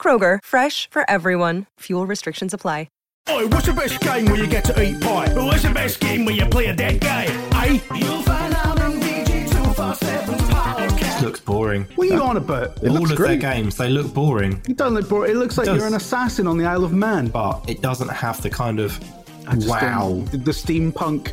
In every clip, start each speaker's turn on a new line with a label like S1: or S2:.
S1: Kroger, fresh for everyone. Fuel restrictions apply.
S2: Oi, what's the best game where you get to eat pie? But what's the best game where you play a dead guy? Eh? You'll find out on VG247's podcast.
S3: looks boring.
S2: What are you on about? It
S3: All
S2: looks
S3: of
S2: great.
S3: their games, they look boring,
S2: It doesn't look boring. It looks like
S3: does.
S2: you're an assassin on the Isle of Man.
S3: but it doesn't have the kind of
S2: I just
S3: wow.
S2: don't- The, the steampunk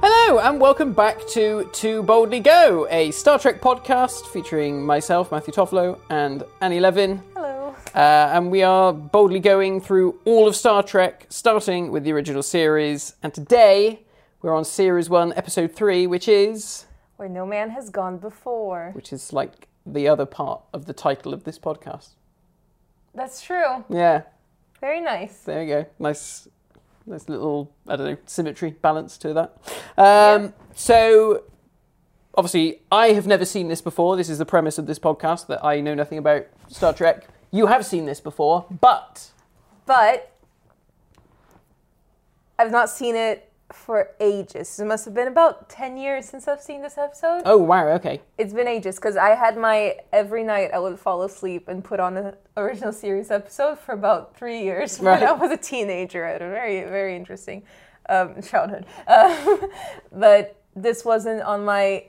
S4: Hello, and welcome back to To Boldly Go, a Star Trek podcast featuring myself, Matthew Toffolo, and Annie Levin. Hello. Uh, and we are boldly going through all of Star Trek, starting with the original series. And today, we're on Series 1, Episode 3, which is.
S5: Where no man has gone before.
S4: Which is like the other part of the title of this podcast.
S5: That's true.
S4: Yeah,
S5: Very nice.
S4: there you go. Nice, nice little I don't know symmetry balance to that. Um, So obviously, I have never seen this before. This is the premise of this podcast that I know nothing about Star Trek. You have seen this before, but
S5: But I've not seen it for ages. It must have been about 10 years since I've seen this episode.
S4: oh wow, okay,
S5: It's been ages because I had my every night I would fall asleep and put on an original series episode for about three years
S4: Right.
S5: when I was a teenager. It was very very interesting um, childhood. Um, but this wasn't on my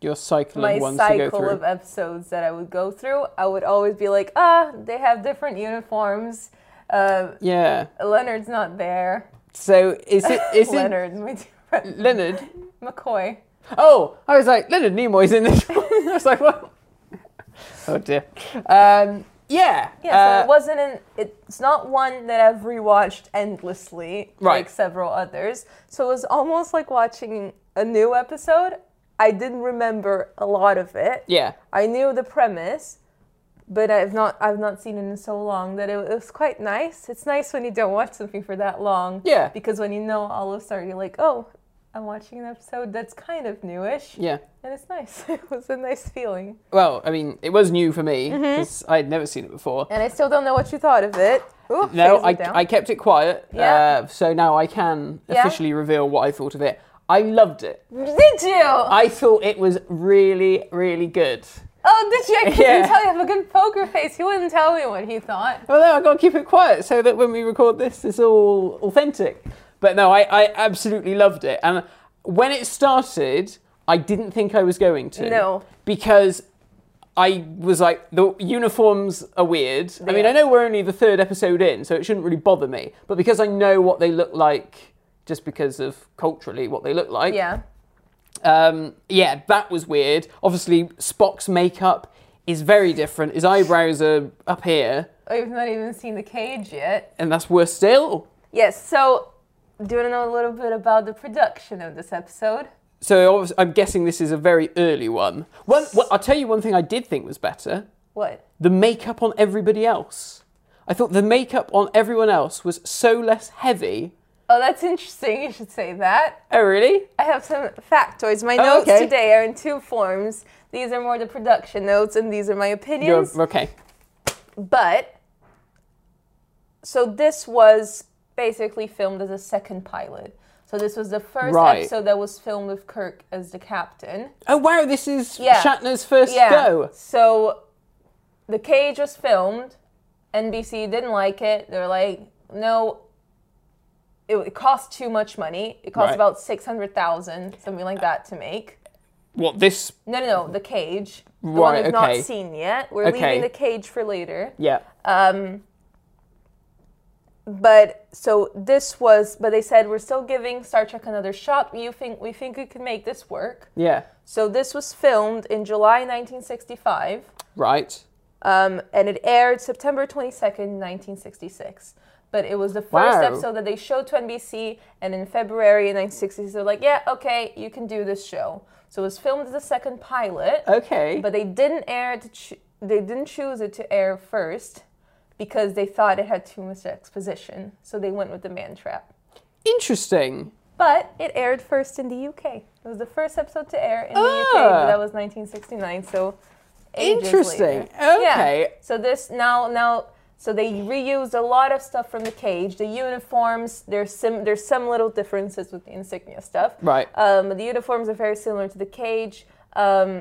S4: you're cycling
S5: my
S4: ones to go
S5: cycle
S4: through.
S5: of episodes that I would go through, I would always be like, ah, they have different uniforms. Uh,
S4: yeah.
S5: Leonard's not there.
S4: So is it is it
S5: Leonard, my dear friend,
S4: Leonard?
S5: McCoy.
S4: Oh, I was like, Leonard Nimoy's in this one. I was like, what? Oh dear. Um, yeah.
S5: Yeah,
S4: uh,
S5: so it wasn't an. It's not one that I've rewatched endlessly,
S4: Right.
S5: like several others. So it was almost like watching a new episode. I didn't remember a lot of it.
S4: Yeah.
S5: I knew the premise, but I've not I've not seen it in so long that it, it was quite nice. It's nice when you don't watch something for that long.
S4: Yeah.
S5: Because when you know all of Star, you're like, oh, I'm watching an episode that's kind of newish.
S4: Yeah.
S5: And it's nice. it was a nice feeling.
S4: Well, I mean, it was new for me
S5: Mm-hmm.
S4: because I had never seen it before.
S5: And I still don't know what you thought of it. Ooh,
S4: No,
S5: phase it
S4: I,
S5: down.
S4: I kept it quiet,
S5: Yeah.
S4: uh, so now I can
S5: Yeah.
S4: officially reveal what I thought of it. I loved it.
S5: did you?
S4: I thought it was really, really good.
S5: oh, did you? I couldn't
S4: Yeah.
S5: tell you. I have a good poker face. He wouldn't tell me what he thought.
S4: Well, Oh, no, I've got to keep it quiet so that when we record this, it's all authentic. But no, I, I absolutely loved it. And when it started, I didn't think I was going to.
S5: No.
S4: Because I was like, the uniforms are weird. I mean,
S5: are.
S4: I know we're only the third episode in, so it shouldn't really bother me. But because I know what they look like, just because of culturally what they look like,
S5: Yeah.
S4: um, yeah, that was weird. Obviously, Spock's makeup is very different. His eyebrows are up here
S5: I've not even seen the cage yet.
S4: and that's worse still.
S5: Yes, so do you want to know a little bit about the production of this episode?
S4: So obvi- I'm guessing this is a very early one. One, well, I'll tell you one thing I did think was better:
S5: What?
S4: the makeup on everybody else. I thought the makeup on everyone else was so less heavy.
S5: Oh, that's interesting. You should say that.
S4: Oh, really?
S5: I have some factoids. My
S4: Oh,
S5: notes
S4: okay.
S5: today are in two forms. These are more the production notes, and these are my
S4: You're,
S5: opinions.
S4: okay.
S5: But so this was basically filmed as a second pilot. So this was the first
S4: Right.
S5: episode that was filmed with Kirk as the captain.
S4: Oh wow, this is
S5: Yeah.
S4: Shatner's first go.
S5: So the cage was filmed. NBC didn't like it. They're like, no, it, it cost too much money. It cost
S4: Right.
S5: about six hundred thousand, something like that, to make.
S4: What this?
S5: No, no, no. The cage. The one
S4: Right,
S5: we've not
S4: okay.
S5: seen yet. We're
S4: Okay.
S5: leaving the cage for later.
S4: Yeah.
S5: Uh, But so this was. But they said we're still giving Star Trek another shot. You think we think we can make this work?
S4: Yeah.
S5: So this was filmed in July 1965,
S4: Right.
S5: um, and it aired September 22nd, 1966. But it was the first
S4: Wow.
S5: episode that they showed to NBC, and in February 1966, they're like, "Yeah, okay, you can do this show." So it was filmed as a second pilot.
S4: Okay.
S5: but they didn't air it to ch- they didn't choose it to air first because they thought it had too much exposition so they went with the man trap
S4: Interesting.
S5: but it aired first in the uk it was the first episode to air in the uk
S4: Ah.
S5: but that was 1969 so ages
S4: Interesting.
S5: later.
S4: Okay.
S5: so this now now so they reused a lot of stuff from the cage the uniforms there's some there's some little differences with the insignia stuff
S4: Right.
S5: um, the uniforms are very similar to the cage um,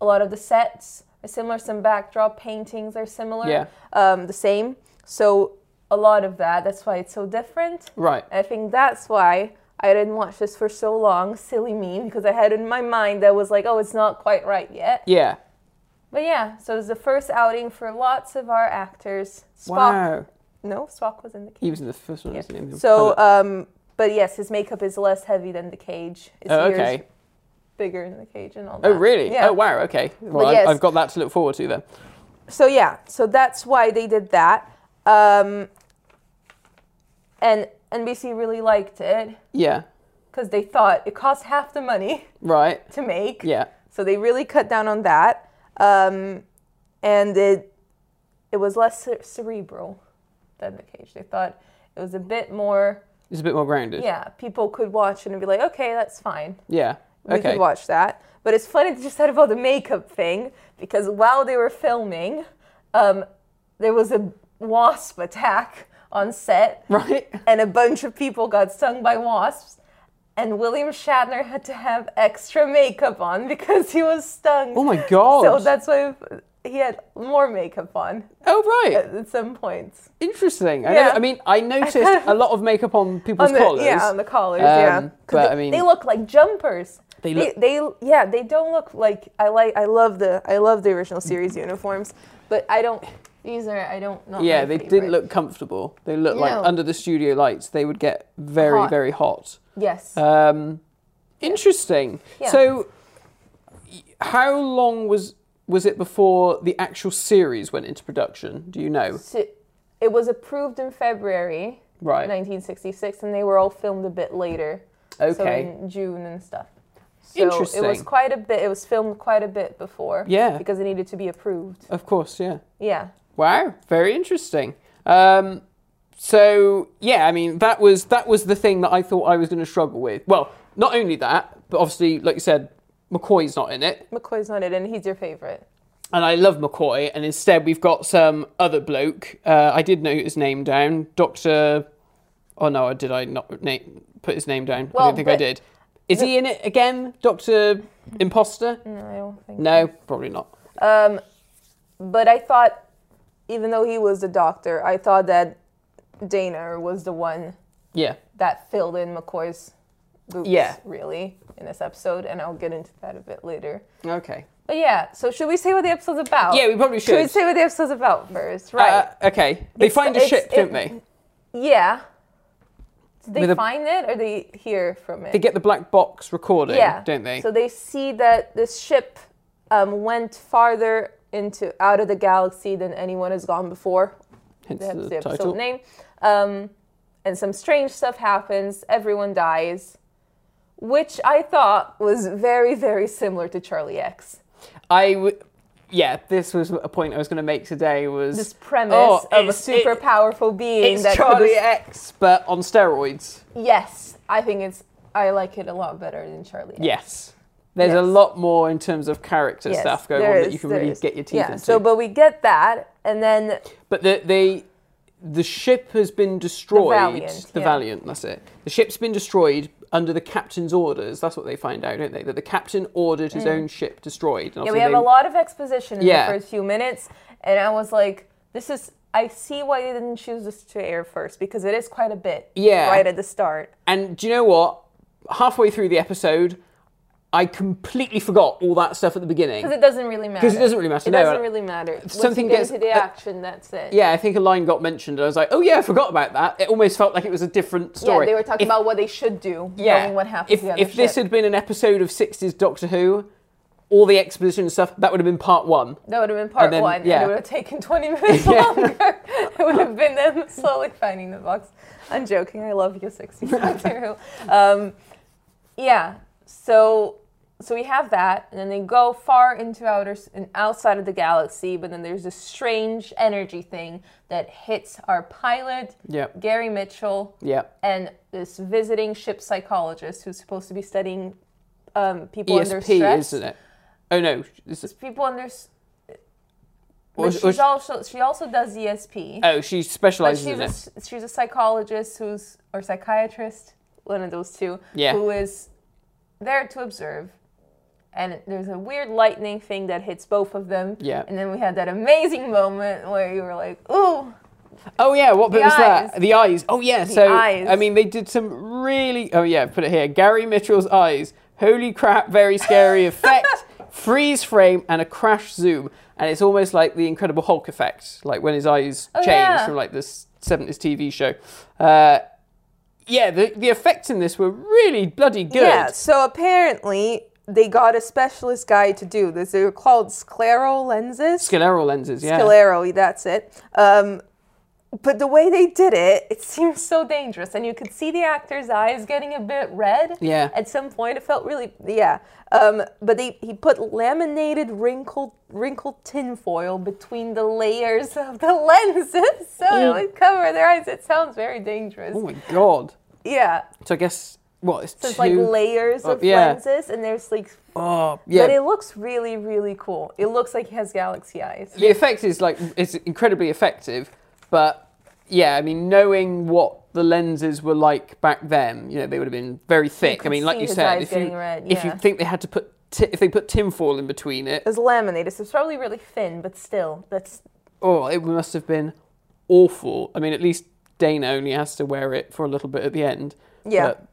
S5: a lot of the sets are similar. Some backdrop paintings are similar.
S4: Yeah.
S5: Um, the same. So a lot of that. That's why it's so different.
S4: Right.
S5: I think that's why I didn't watch this for so long. Silly me, because I had in my mind that was like, oh, it's not quite right yet.
S4: Yeah.
S5: But yeah, so it's the first outing for lots of our actors. Spock.
S4: Wow.
S5: No, Spock was in the cage.
S4: He was in the first one. wasn't he? Oh,
S5: So, um, but yes, his makeup is less heavy than the cage. His
S4: Oh,
S5: ears
S4: okay.
S5: Bigger in the cage and all that.
S4: Oh really?
S5: Yeah.
S4: Oh wow. Okay. Well, I,
S5: yes.
S4: I've got that to look forward to then.
S5: so yeah so that's why they did that um, and nbc really liked it
S4: Yeah.
S5: because they thought it cost half the money
S4: Right.
S5: to make
S4: Yeah.
S5: so they really cut down on that um, and it it was less cer- cerebral than the cage they thought it was a bit more
S4: It's a bit more grounded.
S5: yeah people could watch it and be like okay that's fine
S4: Yeah.
S5: we
S4: Okay.
S5: could watch that. But it's funny that you said about the makeup thing because while they were filming, um, there was a wasp attack on set,
S4: Right.
S5: and a bunch of people got stung by wasps. And William Shatner had to have extra makeup on because he was stung.
S4: Oh my god.
S5: So that's why he had more makeup on
S4: oh right.
S5: at some points.
S4: Interesting. I,
S5: Yeah.
S4: never, I mean, I noticed a lot of makeup on people's
S5: on the,
S4: collars.
S5: Yeah, on the collars.
S4: Um,
S5: yeah, 'Cause
S4: but
S5: they,
S4: I mean,
S5: they look like jumpers.
S4: They
S5: They,
S4: look-
S5: they, yeah, they don't look like I like. I love the, I love the original series uniforms, but I don't. These are, I don't. Not
S4: yeah,
S5: my
S4: they didn't
S5: favorite.
S4: look comfortable. They looked like
S5: No.
S4: under the studio lights, they would get very,
S5: Hot.
S4: very hot.
S5: Yes,
S4: Um, interesting.
S5: Yeah.
S4: So, y- how long was was it before the actual series went into production? Do you know?
S5: So it was approved in February,
S4: Right.
S5: 1966, and they were all filmed a bit later. So
S4: Okay.
S5: in June and stuff. So It was
S4: Interesting.
S5: quite a bit. It was filmed quite a bit before.
S4: Yeah.
S5: Because it needed to be approved.
S4: Of course, yeah.
S5: Yeah.
S4: Wow, very interesting. Um, so yeah, I mean that was that was the thing that I thought I was going to struggle with. Well, not only that, but obviously, like you said, McCoy's not in it,
S5: McCoy's on it, and he's your favorite.
S4: and I love McCoy. And instead, we've got some other bloke. Uh, I did note his name down, Doctor. Oh no, did I not na- put his name down? I
S5: Well,
S4: don't think I
S5: but-
S4: did. Is he in it again, Doctor Imposter?
S5: No, I don't think.
S4: No, probably not.
S5: But I thought, even though he was the doctor, I thought that Dana was the one
S4: Yeah,
S5: that filled in McCoy's boots,
S4: Yeah.
S5: really, in this episode, and I'll get into that a bit later.
S4: okay.
S5: But yeah, so should we say what the episode's about?
S4: Yeah, we probably
S5: Should we
S4: should.
S5: say what the episode's about first? Right.
S4: Uh, okay, they
S5: It's-
S4: find a
S5: it's-
S4: ship,
S5: it-
S4: don't they?
S5: yeah. Did they
S4: With a-
S5: find it or they hear from it?
S4: They get the black box recording,
S5: yeah.
S4: don't they?
S5: So they see that this ship um, went farther into out of the galaxy than anyone has gone before,
S4: Hence
S5: That's
S4: the,
S5: the episode
S4: title.
S5: name. Um, and some strange stuff happens. Everyone dies, which I thought was very, very similar to Charlie X.
S4: I w- yeah, this was a point I was going to make today. Was
S5: This premise
S4: Oh,
S5: of a
S4: it's-
S5: super
S4: it-
S5: powerful being
S4: It's
S5: that could
S4: Charlie
S5: have-
S4: X, but on steroids.
S5: Yes, I think it's. I like it a lot better than Charlie. X.
S4: Yes, there's a
S5: Yes.
S4: lot more in terms of character
S5: Yes,
S4: stuff going
S5: there
S4: on that
S5: is,
S4: you can
S5: there
S4: really
S5: is.
S4: get your teeth
S5: yeah,
S4: into.
S5: So, but we get that, and then
S4: But the the the ship has been destroyed.
S5: Valiant,
S4: The
S5: yeah.
S4: Valiant, that's it. The ship's been destroyed under the captain's orders. That's what they find out, don't they? That the captain ordered his own ship destroyed. And
S5: Mm. yeah,
S4: obviously
S5: we have
S4: they-
S5: a lot of exposition in
S4: Yeah.
S5: the first few minutes, and I was like, this is. I see why they didn't choose this to air first because it is quite a bit.
S4: Yeah.
S5: Right at the start.
S4: And do you know what? Halfway through the episode, I completely forgot all that stuff at the beginning.
S5: Because it doesn't really matter.
S4: 'Cause it doesn't really matter,
S5: It
S4: no.
S5: doesn't really matter. Once
S4: Something
S5: you get
S4: gets-
S5: into the
S4: uh,
S5: action, that's it.
S4: Yeah, I think a line got mentioned, and I was like, "Oh yeah, I forgot about that." It almost felt like it was a different
S5: Yeah,
S4: story.
S5: they were talking
S4: If-
S5: about what they should do, knowing what happened
S4: If,
S5: to the other
S4: if this
S5: ship.
S4: had been an episode of '60s Doctor Who, all the exposition and stuff that would have been part one.
S5: that would have been part
S4: and then-
S5: one,
S4: yeah.
S5: and it would have taken 20 minutes
S4: Yeah.
S5: longer. it would have been them slowly finding the box. I'm joking. I love you, 60s Doctor Who. Um, yeah. So so we have that, and then they go far into outer s- and outside of the galaxy, but then there's this strange energy thing that hits our pilot,
S4: Yep.
S5: Gary Mitchell,
S4: Yep.
S5: and this visiting ship psychologist who's supposed to be studying um, people under
S4: ESP,
S5: stress.
S4: E isn't it? Oh no, this is,
S5: People under. s-
S4: or-
S5: But
S4: or-
S5: she's also she also does ESP.
S4: oh, she
S5: but
S4: specialises
S5: she's
S4: in
S5: a,
S4: it.
S5: s- she's a psychologist who's or psychiatrist, one of those two.
S4: Yeah.
S5: Who is there to observe. And there's a weird lightning thing that hits both of them.
S4: Yeah.
S5: And then we had that amazing moment where you were like, ooh,
S4: Oh yeah, what bit
S5: The
S4: was
S5: eyes.
S4: that? The eyes. Oh yeah. so
S5: eyes.
S4: I mean, they did some really. Oh yeah, put it here. Gary Mitchell's eyes. Holy crap! Very scary effect. Freeze frame and a crash zoom, and it's almost like the Incredible Hulk effect, like when his eyes change
S5: Oh, yeah.
S4: from like this seventies TV show. Uh, yeah, the the effects in this were really bloody good.
S5: Yeah, so apparently they got a specialist guy to do this. They were called scleral lenses.
S4: Scalero lenses. Yeah.
S5: Scalero, that's it. Um, but the way they did it, it seemed so dangerous, and you could see the actor's eyes getting a bit red.
S4: Yeah.
S5: At some point, it felt really yeah. Um, but they he put laminated wrinkled wrinkled tinfoil between the layers of the lenses, so it would cover their eyes. It sounds very dangerous.
S4: Mm. Oh my god.
S5: Yeah,
S4: So I guess what? It's
S5: so it's
S4: two.
S5: like layers of
S4: Oh, yeah.
S5: lenses, and there's like.
S4: oh, yeah.
S5: But it looks really, really cool. It looks like he has galaxy eyes.
S4: the effect is like it's incredibly effective, but yeah, I mean, knowing what the lenses were like back then, you know, they would have been very thick. I
S5: could
S4: mean, like
S5: see
S4: you
S5: his
S4: said,
S5: eyes
S4: if you
S5: getting red,
S4: if you
S5: yeah.
S4: think they had to put ti if they put tinfoil in between it,
S5: It's laminated, so it's probably really thin, but still, that's
S4: oh, it must have been awful. I mean, at least Dana only has to wear it for a little bit at the end.
S5: Yeah.
S4: But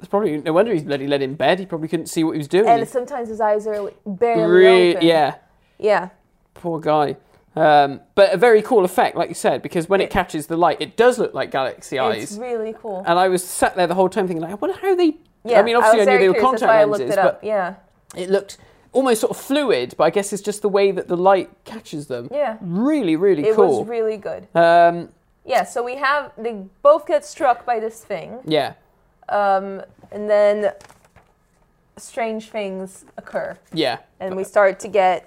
S4: it's probably no wonder he's bloody led in bed. He probably couldn't see what he was doing.
S5: and sometimes his eyes are like, barely
S4: Re-
S5: open.
S4: yeah.
S5: yeah.
S4: poor guy. Um, but a very cool effect, like you said, because when it, catches the light, it does look like galaxy eyes.
S5: It's really cool.
S4: and I was sat there the whole time thinking, like, I wonder how they.
S5: yeah,
S4: Um, I mean, obviously, I,
S5: was
S4: knew
S5: very
S4: they were
S5: curious, that's
S4: contact
S5: why
S4: lenses,
S5: I looked it up.
S4: but
S5: Yeah,
S4: it looked almost sort of fluid. But I guess it's just the way that the light catches them.
S5: Yeah.
S4: really, really
S5: it
S4: cool.
S5: was really good.
S4: um,
S5: Yeah, so we have they both get struck by this thing,
S4: yeah,
S5: um, and then strange things occur,
S4: yeah,
S5: and we start to get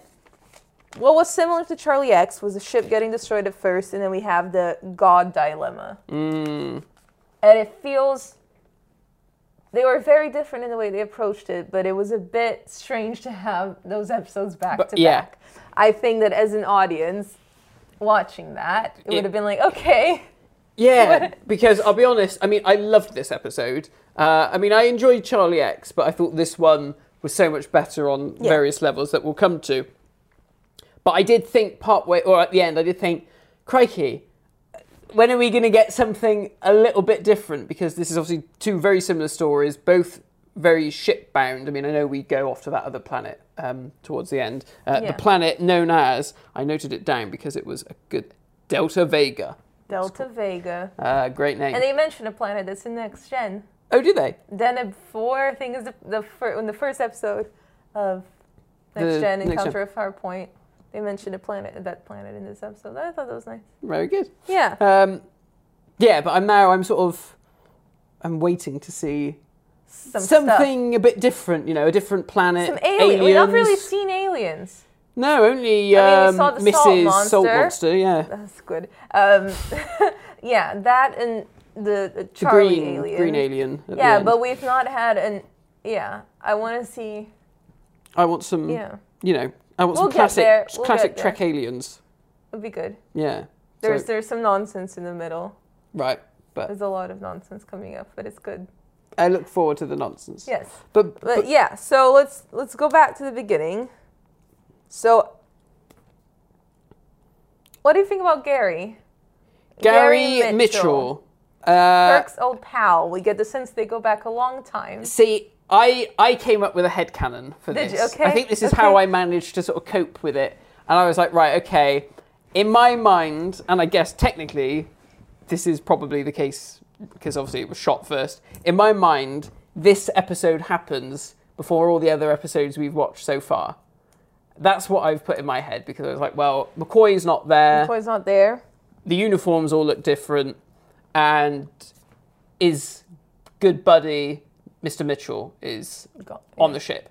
S5: what was similar to Charlie X was the ship getting destroyed at first, and then we have the God dilemma,
S4: Mm.
S5: and it feels they were very different in the way they approached it, but it was a bit strange to have those episodes back
S4: But-
S5: to
S4: yeah.
S5: back. I think that as an audience watching that, it, would have been like, okay,
S4: yeah. because I'll be honest. I mean, I loved this episode. Uh, I mean, I enjoyed Charlie X, but I thought this one was so much better on various levels that we'll come to. But I did think part way, or at the end, I did think, crikey, when are we going to get something a little bit different? Because this is obviously two very similar stories, both very ship bound. I mean, I know we go off to that other planet um, towards the end. Uh,
S5: Yeah.
S4: The planet known as, I noted it down because it was a good Delta Vega.
S5: Delta Vega.
S4: Uh, great name.
S5: And they mentioned a planet that's in next gen.
S4: oh, do they?
S5: Then a four, I think, is the, the fir- in the first episode of Next
S4: The
S5: Gen
S4: Next Gen.
S5: Encounter of Farpoint. They mentioned a planet, that planet in this episode. I thought that was nice.
S4: Very good.
S5: Yeah.
S4: Um, yeah, but I'm now I'm sort of I'm waiting to see
S5: some stuff.
S4: something a bit different. You know, a different planet.
S5: Some alien. We've not really
S4: aliens.
S5: seen aliens.
S4: No, only
S5: I mean, we
S4: um,
S5: saw the
S4: Mrs.
S5: salt monster.
S4: Salt Monster. Yeah,
S5: That's good. Um, yeah, that and the, the
S4: the
S5: Charlie
S4: green
S5: alien.
S4: green alien. at the
S5: Yeah,
S4: end.
S5: but we've not had an. Yeah, I want to see.
S4: I want some.
S5: Yeah.
S4: You know, I want
S5: We'll
S4: some
S5: get
S4: classic
S5: there, we'll
S4: classic
S5: get there.
S4: Trek aliens.
S5: It'd be good.
S4: Yeah.
S5: There's
S4: so,
S5: there's some nonsense in the middle.
S4: right, but
S5: There's a lot of nonsense coming up, but it's good.
S4: I look forward to the nonsense.
S5: Yes.
S4: But,
S5: But,
S4: but
S5: yeah, so let's let's go back to the beginning. So what do you think about Gary?
S4: Gary, Mitchell.
S5: Gary Mitchell.
S4: uh,
S5: Kirk's old pal. We get the sense they go back a long time.
S4: See, I I came up with a headcanon for
S5: Did
S4: this.
S5: you? Okay,
S4: I think this is how
S5: okay.
S4: I managed to sort of cope with it. And I was like, right, okay. In my mind, and I guess technically, this is probably the case because obviously it was shot first. In my mind, this episode happens before all the other episodes we've watched so far. That's what I've put in my head because I was like, well, McCoy's not there
S5: Boy's not there.
S4: the uniforms all look different, and is good buddy Mr. Mitchell is
S5: Gone.
S4: on the ship.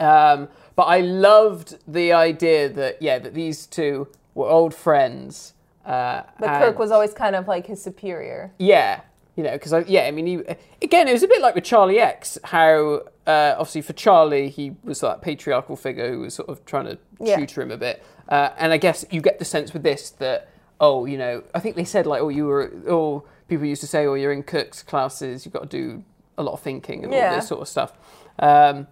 S4: Um, but I loved the idea that yeah that these two were old friends. Uh,
S5: But
S4: and-
S5: Kirk was always kind of like his superior.
S4: yeah, you know, because I, yeah, I mean, he, again, it was a bit like with Charlie X, how uh, obviously for Charlie he was that patriarchal figure who was sort of trying to
S5: Yeah.
S4: tutor him a bit, uh, and I guess you get the sense with this that oh, you know, I think they said like oh you were oh people used to say oh you're in Kirk's classes you've got to do a lot of thinking and all
S5: Yeah.
S4: this sort of stuff. Um,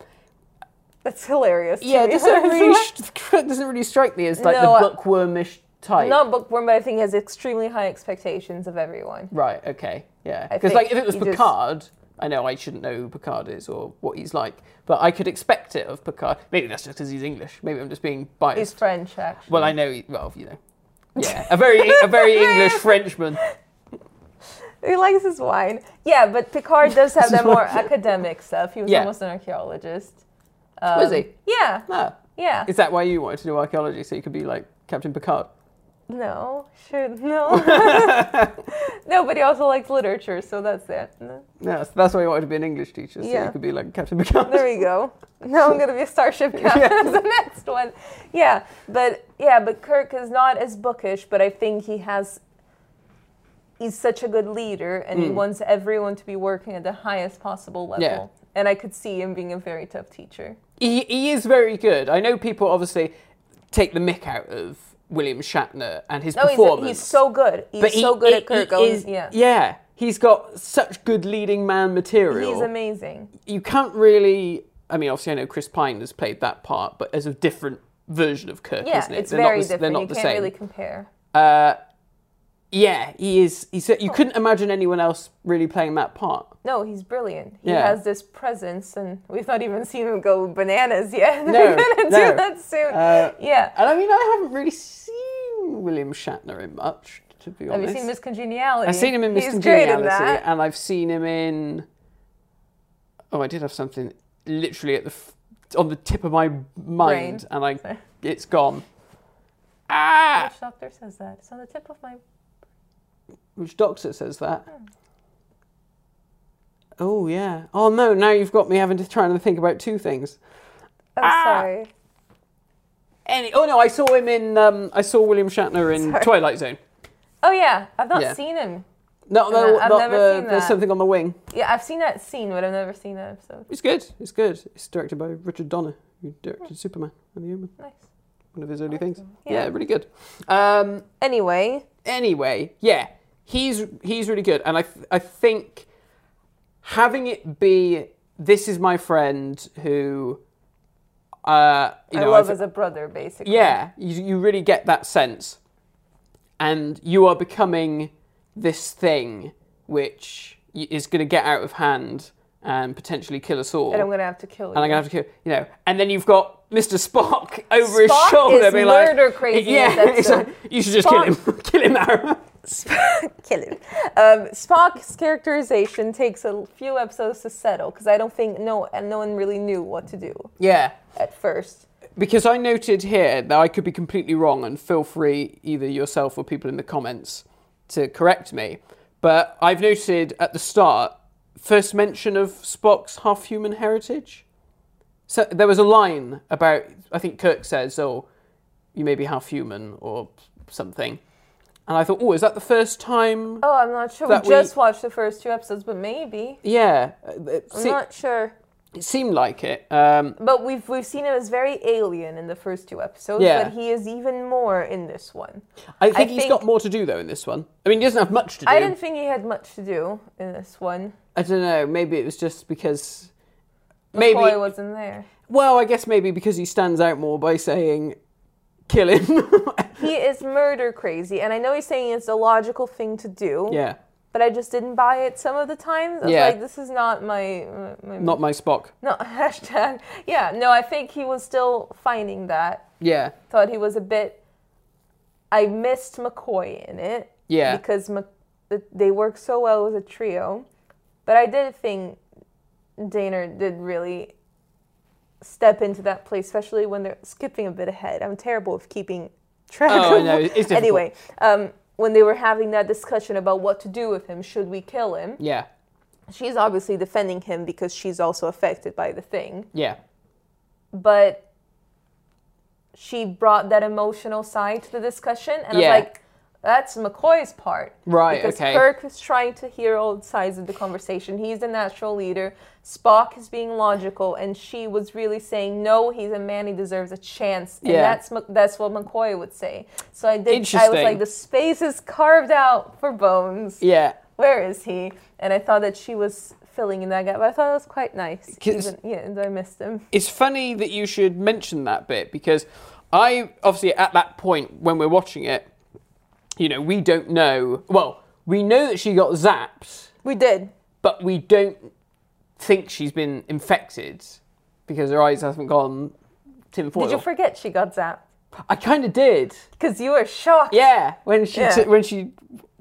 S5: That's hilarious. to
S4: yeah, it
S5: me.
S4: doesn't really Kirk doesn't really strike me as like
S5: No, I-
S4: the bookwormish type.
S5: Not bookworm, but I think he has extremely high expectations of everyone.
S4: Right. Okay. Yeah.
S5: I
S4: Because
S5: think
S4: like if it was
S5: you just-
S4: Picard, I know I shouldn't know who Picard is or what he's like, but I could expect it of Picard. Maybe that's just because he's English. Maybe I'm just being
S5: He's
S4: biased.
S5: French, actually.
S4: well, I know. He, well, you know. Yeah, a very a very English Frenchman.
S5: He likes his wine. Yeah, but Picard does have that more academic stuff. He was
S4: Yeah.
S5: almost an archaeologist. Um,
S4: was he?
S5: Yeah,
S4: No.
S5: yeah.
S4: Is that why you wanted to do archaeology so you could be like Captain Picard?
S5: No, sure, no. no, but he also likes literature, so that's it. No.
S4: No, that's- that's why you wanted to be an English teacher so
S5: Yeah.
S4: you could be like Captain Picard.
S5: There we go. Now I'm gonna be a starship captain as the next one. Yeah, but yeah, but Kirk is not as bookish, but I think he has. He's such a good leader, and
S4: Hmm.
S5: he wants everyone to be working at the highest possible level. And I could see him being a very tough teacher.
S4: he, he is very good. I know people obviously take the mick out of William Shatner and his
S5: No, he's,
S4: performance.
S5: a, he's so good. He's
S4: he-
S5: so good
S4: he-
S5: at Kirk.
S4: he
S5: Owens.
S4: is-
S5: yeah.
S4: He's got such good leading man material.
S5: he's amazing.
S4: You can't really. I mean, obviously, I know Chris Pine has played that part, but as a different version of Kirk,
S5: Yeah,
S4: isn't it?
S5: it's
S4: They're
S5: very
S4: not the,
S5: different.
S4: They're not
S5: you
S4: the
S5: can't
S4: same.
S5: really compare.
S4: Yeah, he is. He's, you
S5: Oh.
S4: couldn't imagine anyone else really playing that part.
S5: No, he's brilliant. He
S4: Yeah.
S5: has this presence, and we've not even seen him go bananas yet.
S4: No,
S5: We're gonna
S4: no.
S5: do that soon.
S4: Uh,
S5: yeah.
S4: And I mean, I haven't really seen William Shatner in much, to be
S5: Have
S4: honest.
S5: you seen Miss Congeniality?
S4: I've seen him in Miss
S5: He's Oh, great in
S4: Congeniality,
S5: that.
S4: and I've seen him in. Oh, I did have something literally at the f- on the tip of my mind,
S5: Brain.
S4: and I it's gone. Ah,
S5: Which doctor says that? It's on the tip of my.
S4: which doctor says that?
S5: Hmm.
S4: Oh yeah. Oh no! Now you've got me having to try and think about two things.
S5: I'm
S4: Ah!
S5: sorry.
S4: Any? Oh no! I saw him in. Um, I saw William Shatner in
S5: Sorry.
S4: Twilight Zone.
S5: Oh yeah, I've not
S4: Yeah.
S5: seen him.
S4: No, no,
S5: No, I've
S4: not
S5: never
S4: the,
S5: seen
S4: There's
S5: that.
S4: something on the wing.
S5: Yeah, I've seen that scene, but I've never seen that episode.
S4: It's good. It's good. It's directed by Richard Donner, who directed Superman and the Human.
S5: Nice.
S4: one of his early things. Yeah,
S5: Yeah.
S4: really good. Um,
S5: Anyway,
S4: anyway, yeah, he's he's really good, and I th- I think having it be this is my friend who, uh, you
S5: I
S4: know,
S5: love
S4: I've-
S5: as a brother, basically.
S4: yeah, you, you really get that sense, and you are becoming this thing which y- is going to get out of hand and potentially kill us all.
S5: And I'm gonna have to kill you.
S4: and I'm gonna have to kill you know. And then you've got Mr. Spock over his
S5: Spock
S4: shoulder,
S5: is
S4: being
S5: murder
S4: like,
S5: crazy in
S4: Yeah,
S5: this
S4: it's like, you should just kill him, kill him now.
S5: kill him. Um, Spock's characterization takes a few episodes to settle because I don't think no and no one really knew what to do
S4: yeah,
S5: at first.
S4: because I noted here that I could be completely wrong, and feel free either yourself or people in the comments to correct me. But I've noted at the start first mention of Spock's half-human heritage. So there was a line about I think Kirk says, "Oh, you may be half-human or something," and I thought, "Oh, is that the first time?"
S5: Oh, I'm not sure.
S4: That
S5: we
S4: we-
S5: just watched the first two episodes, but maybe
S4: Yeah, uh, it,
S5: I'm
S4: se-
S5: not sure.
S4: it seemed like it. Um,
S5: But we've we've seen him as very alien in the first two episodes,
S4: Yeah.
S5: but he is even more in this one.
S4: I think he's
S5: think-
S4: got more to do though in this one. I mean, he doesn't have much to do.
S5: I didn't think he had much to do in this one.
S4: I don't know. Maybe it was just because. Maybe.
S5: Boy wasn't there.
S4: Well, I guess maybe because he stands out more by saying, "Kill him."
S5: He is murder crazy, and I know he's saying it's a logical thing to do.
S4: yeah.
S5: but I just didn't buy it some of the times. I was
S4: Yeah.
S5: like, this is not my my,
S4: Not my Spock.
S5: no hashtag. Yeah, no, I think he was still finding that.
S4: Yeah.
S5: Thought he was a bit. I missed McCoy in it.
S4: Yeah.
S5: because Mc, th- they work so well as a trio, but I did think Daner did really step into that place, especially when they're skipping a bit ahead. I'm terrible with keeping track.
S4: Oh, I
S5: of
S4: know. It's difficult.
S5: Anyway, um, when they were having that discussion about what to do with him, should we kill him?
S4: Yeah.
S5: She's obviously defending him because she's also affected by the thing,
S4: Yeah.
S5: but she brought that emotional side to the discussion, and
S4: Yeah.
S5: I was like, that's McCoy's part.
S4: Right,
S5: Because
S4: okay.
S5: Kirk is trying to hear all sides of the conversation. He's the natural leader. Spock is being logical, and she was really saying, "No, he's a man. He deserves a chance." And
S4: Yeah.
S5: that's Mc- that's what McCoy would say. So I did. I was
S4: Interesting.
S5: like, the space is carved out for Bones.
S4: Yeah.
S5: Where is he? And I thought that she was filling in that gap. But I thought it was quite nice.
S4: 'Cause-
S5: Even, yeah, and I missed him.
S4: It's funny that you should mention that bit because I obviously at that point when we're watching it, you know, we don't know. Well, we know that she got zapped,
S5: We did.
S4: but we don't think she's been infected because her eyes haven't gone tinfoil.
S5: Did you forget she got zapped?
S4: I kind of did.
S5: Because you were shocked.
S4: Yeah, when she
S5: Yeah.
S4: t- when she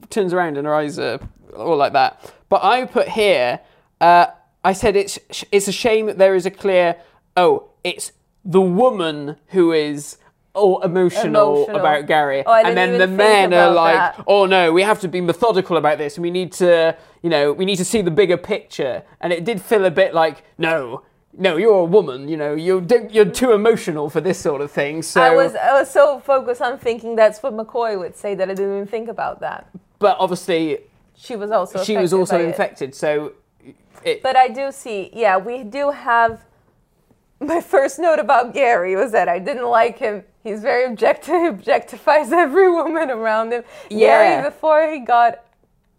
S4: turns around and her eyes are all like that. But I put here, uh, I said it's sh- it's a shame that there is a clear oh it's the woman who is all emotional,
S5: Emotional.
S4: about Gary,
S5: Oh, I
S4: and
S5: didn't
S4: then
S5: even
S4: the
S5: think
S4: men are
S5: about
S4: like,
S5: that.
S4: oh no, we have to be methodical about this, and we need to you know we need to see the bigger picture. And it did feel a bit like no. No, you're a woman. You know, you're you're too emotional for this sort of thing. So
S5: I was I was so focused on thinking that's what McCoy would say that I didn't even think about that.
S4: but obviously,
S5: She was also
S4: she was
S5: affected
S4: also
S5: by it.
S4: infected. So it,
S5: But I do see, yeah, we do have. My first note about Gary was that I didn't like him. He's very objective, objectifies every woman around him.
S4: Yeah.
S5: Gary, before he got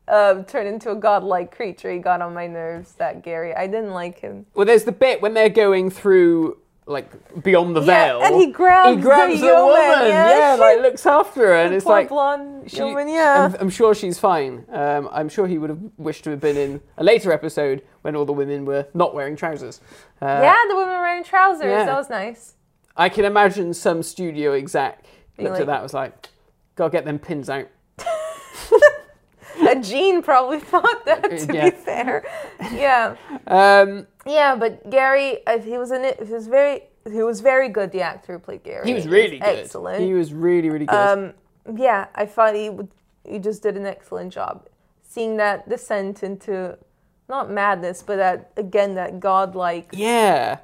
S5: um, turned into a godlike creature, he got on my nerves. That Gary, I didn't like him.
S4: well, there's the bit when they're going through like beyond the
S5: Yeah,
S4: veil,
S5: and he grabs
S4: he grabs
S5: the
S4: the
S5: yeoman,
S4: woman,
S5: yeah,
S4: yeah,
S5: she-
S4: like looks after her, and it's
S5: Poor
S4: like
S5: blonde
S4: she- uh,
S5: woman, yeah.
S4: I'm, I'm sure she's fine. Um, I'm sure he would have wished to have been in a later episode when all the women were not wearing trousers. Uh,
S5: yeah, the women wearing trousers.
S4: yeah.
S5: That was nice.
S4: I can imagine some studio exec
S5: Being
S4: looked
S5: like-
S4: at that and was like, "Gotta get them pins out."
S5: A Jean probably thought that. To
S4: yeah.
S5: be fair, yeah.
S4: Um,
S5: Yeah, but Gary, uh, he was in it. He was very, he was very good. The actor who played Gary.
S4: he was really good.
S5: Excellent. Um,
S4: He was really really good.
S5: yeah, I thought he would, he just did an excellent job. Seeing that descent into, not madness, but that again that godlike.
S4: yeah.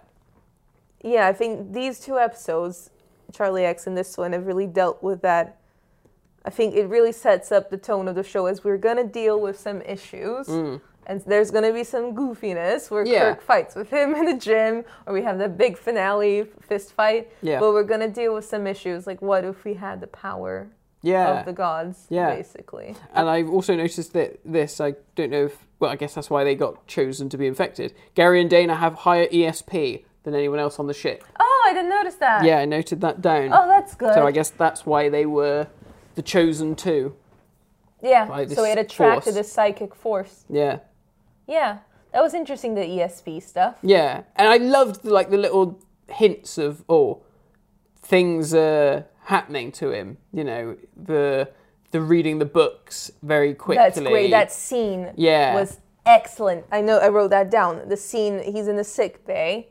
S5: Yeah, I think these two episodes, Charlie X and this one, have really dealt with that. I think it really sets up the tone of the show as we're gonna deal with some issues. And there's gonna be some goofiness where
S4: Mm. Yeah.
S5: Kirk fights with him in the gym, or we have the big finale fist fight.
S4: Yeah.
S5: But we're gonna deal with some issues, like what if we had the power
S4: Yeah.
S5: of the gods,
S4: Yeah.
S5: basically.
S4: And I've also noticed that this, I don't know if, well, I guess that's why they got chosen to be infected. Gary and Dana have higher ESP than anyone else on the ship.
S5: Oh, I didn't notice that.
S4: Yeah, I noted that down.
S5: Oh, that's good.
S4: So I guess that's why they were the chosen two.
S5: yeah.
S4: Like
S5: So
S4: this
S5: it attracted
S4: force.
S5: this psychic force.
S4: Yeah.
S5: Yeah. That was interesting, the ESP stuff.
S4: Yeah. And I loved, like, the little hints of, oh, things are happening to him. You know, the the reading the books very quickly.
S5: That's great. That scene
S4: Yeah.
S5: was excellent. I know I wrote that down. The scene he's in the sick bay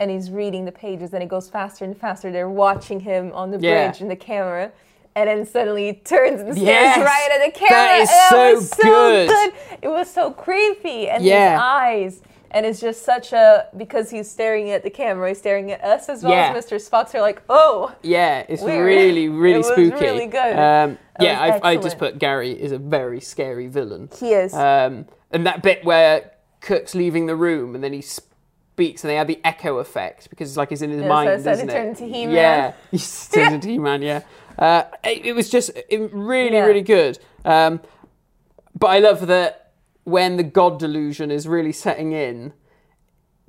S5: and he's reading the pages and it goes faster and faster. They're watching him on the
S4: Yeah.
S5: bridge in the camera. And then suddenly he turns and stares
S4: Yes!
S5: right at the camera.
S4: That is
S5: and it
S4: so
S5: was so
S4: good.
S5: It was so creepy. And
S4: Yeah.
S5: his eyes. And it's just such a because he's staring at the camera, he's staring at us as well
S4: Yeah.
S5: as Mr. Spock. So you're like, oh,
S4: Yeah, it's
S5: Weird.
S4: really, really
S5: It was
S4: spooky.
S5: really good.
S4: Um,
S5: It
S4: yeah,
S5: was
S4: I've, I just
S5: excellent.
S4: put Gary is a very scary villain.
S5: he is.
S4: Um, and that bit where Kirk's leaving the room and then he speaks and they have the echo effect because it's like it's in his
S5: Yeah, so
S4: mind,
S5: it said
S4: isn't
S5: it
S4: it?
S5: turned into He-Man.
S4: Yeah, he turns into He-Man. Yeah, uh, it, it was just it, really,
S5: Yeah.
S4: really good. Um, but I love that when the God delusion is really setting in.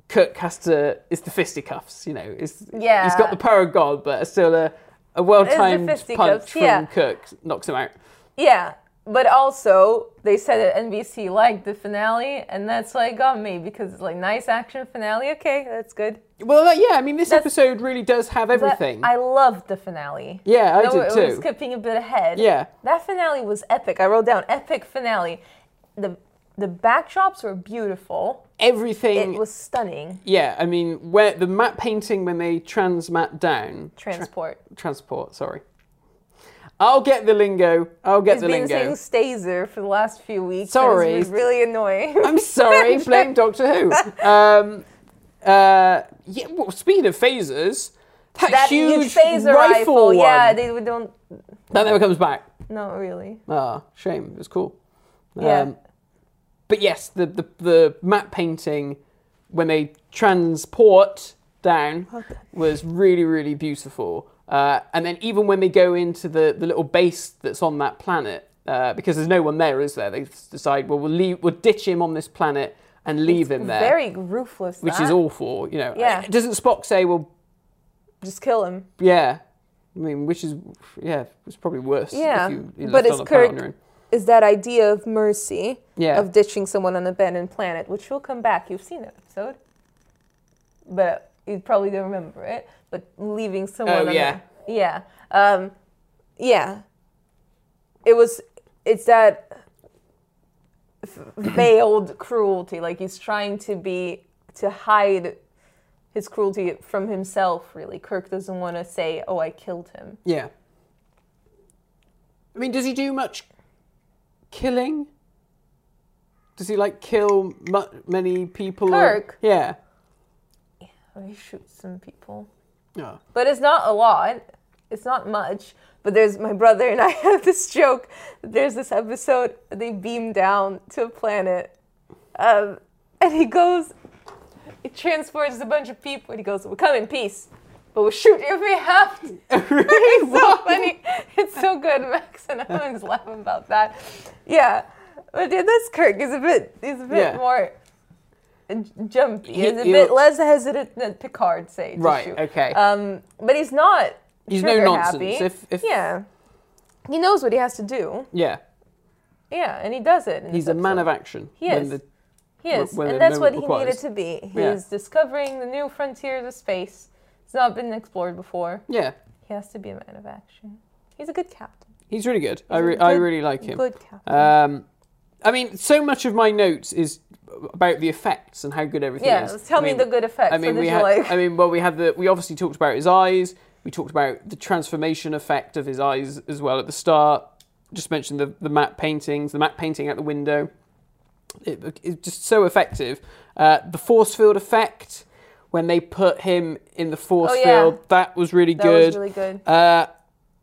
S4: Kirk has to. It's the fisticuffs, you know. It's,
S5: Yeah.
S4: He's got the power of God, but it's still a, a well timed
S5: fisticuffs,
S4: punch from
S5: yeah.
S4: Kirk knocks him out.
S5: Yeah, But also, they said that NBC liked the finale, and that's why it got me because it's like nice action finale. Okay, that's good.
S4: Well, that, yeah, I mean, this
S5: That's-
S4: episode really does have
S5: But
S4: everything.
S5: I loved the finale.
S4: Yeah, I
S5: Though
S4: did
S5: it was
S4: too.
S5: skipping a bit ahead.
S4: Yeah.
S5: That finale was epic. I wrote down epic finale. The the backdrops were beautiful.
S4: everything.
S5: It was stunning.
S4: yeah, I mean, where the map painting when they trans map down
S5: Transport.
S4: transport. Sorry, I'll get the lingo. I'll get
S5: He's
S4: the
S5: been saying
S4: lingo.
S5: staser for the last few weeks.
S4: Sorry.
S5: And it's been really annoying.
S4: I'm sorry. blame Doctor Who. Um, uh, yeah. Well, speaking of phasers, that,
S5: that
S4: huge,
S5: phaser
S4: rifle. one,
S5: Yeah, they we don't.
S4: that never comes back.
S5: Not really.
S4: Ah, shame. It was cool. Um,
S5: Yeah.
S4: but yes, the, the the map painting when they transport down was really really beautiful. Uh, and then even when they go into the, the little base that's on that planet, uh, because there's no one there, is there? They s- decide, well, we'll leave, we'll ditch him on this planet and leave him there,
S5: Very ruthless.
S4: which
S5: that.
S4: is awful, you know.
S5: Yeah.
S4: Doesn't Spock say, well,
S5: Just kill him.
S4: yeah? I mean, which is yeah, it's probably worse.
S5: Yeah,
S4: if you, you
S5: but
S4: left
S5: it's
S4: on a planet on
S5: Kirk-
S4: your own.
S5: Is that idea of mercy
S4: Yeah.
S5: of ditching someone on an abandoned planet, which will come back. You've seen that episode, but you probably don't remember it. But leaving someone.
S4: Oh,
S5: on
S4: yeah.
S5: The, yeah. Um, yeah. It was. It's that f- veiled cruelty. Like he's trying to be to hide his cruelty from himself. Really, Kirk doesn't want to say, "Oh, I killed him."
S4: Yeah. I mean, does he do much killing? Does he like kill mu- many people? or-
S5: Kirk?
S4: Yeah.
S5: Oh, he shoots some people.
S4: Oh.
S5: but it's not a lot. It's not much. But there's my brother and I have this joke. There's this episode they beam down to a planet, um, and he goes, he transports a bunch of people, and he goes, "We'll come in peace, but we'll shoot you if we have to." it's so funny. It's so good. Max and I always laugh about that. Yeah, but yeah, that's Kirk. He's a bit. He's a bit
S4: Yeah.
S5: more j- jumpy.
S4: He-
S5: He's a
S4: he-
S5: bit less hesitant than Picard say. to
S4: Right,
S5: shoot.
S4: okay.
S5: Um, but he's not.
S4: He's no
S5: trigger
S4: nonsense.
S5: happy.
S4: If- if-
S5: yeah, he knows what he has to do.
S4: Yeah.
S5: Yeah, and he does it. in
S4: He's
S5: this
S4: a man
S5: episode.
S4: of action.
S5: He
S4: when
S5: is.
S4: the-
S5: He is,
S4: when the
S5: and that's
S4: moment
S5: what he
S4: requires.
S5: needed to be. He's
S4: Yeah.
S5: discovering the new frontiers of space. It's not been explored before.
S4: yeah.
S5: He has to be a man of action. He's a good captain.
S4: He's really good. I,
S5: He's a
S4: re- I
S5: good-
S4: really like him.
S5: Good captain.
S4: Um, I mean, so much of my notes is about the effects and how good everything
S5: Yeah,
S4: is.
S5: tell
S4: I
S5: me
S4: mean-
S5: the good effects.
S4: I
S5: What
S4: mean,
S5: did
S4: we
S5: you
S4: had.
S5: like?
S4: I mean, well, we had the. We obviously talked about his eyes. We talked about the transformation effect of his eyes as well at the start. Just mentioned the the matte paintings, the matte painting out the window. It, it's just so effective. Uh, the force field effect when they put him in the force
S5: Oh, yeah.
S4: field that was really
S5: that
S4: good.
S5: was really good.
S4: Uh,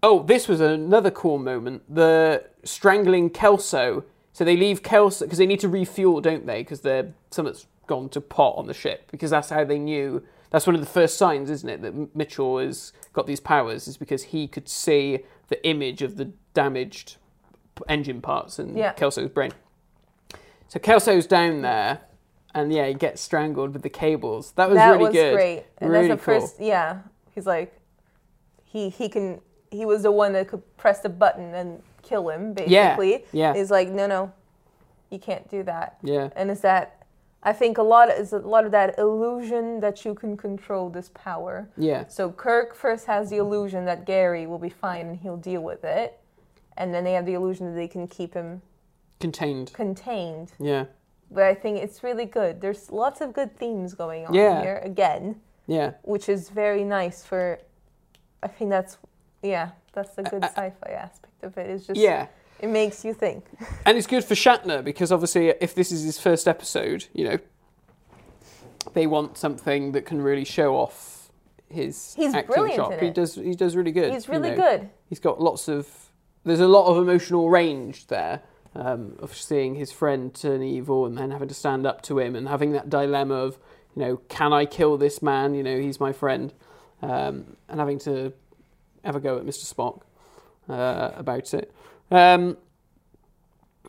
S4: oh, this was another cool moment. The strangling Kelso. So they leave Kelso because they need to refuel, don't they? Because they're something's gone to pot on the ship. Because that's how they knew. That's one of the first signs, isn't it, that M- Mitchell has got these powers is because he could see the image of the damaged p- engine parts in
S5: Yeah.
S4: Kelso's brain. So Kelso's down there, and yeah, he gets strangled with the cables. That was
S5: that
S4: really
S5: was
S4: good.
S5: great. And
S4: really
S5: that's the
S4: cool.
S5: first yeah. He's like he he can he was the one that could press the button and kill him basically.
S4: yeah.
S5: He's like, No no, you can't do that.
S4: Yeah.
S5: And it's that I think a lot is a lot of that illusion that you can control this power.
S4: Yeah.
S5: So Kirk first has the illusion that Gary will be fine and he'll deal with it. And then they have the illusion that they can keep him
S4: Contained.
S5: contained
S4: Yeah.
S5: but I think it's really good. There's lots of good themes going on
S4: Yeah.
S5: here again,
S4: Yeah.
S5: which is very nice for. I think that's yeah, that's the good sci-fi aspect of it. It's just
S4: Yeah.
S5: it makes you think.
S4: And it's good for Shatner because obviously, if this is his first episode, you know, they want something that can really show off his
S5: He's
S4: acting
S5: brilliant
S4: shop.
S5: in
S4: He
S5: it.
S4: does. He does really good.
S5: He's
S4: you
S5: really
S4: know.
S5: good.
S4: He's got lots of. There's a lot of emotional range there um, of seeing his friend turn evil and then having to stand up to him and having that dilemma of, you know, can I kill this man? You know, he's my friend, um, and having to have a go at Mr. Spock uh, about it. Um,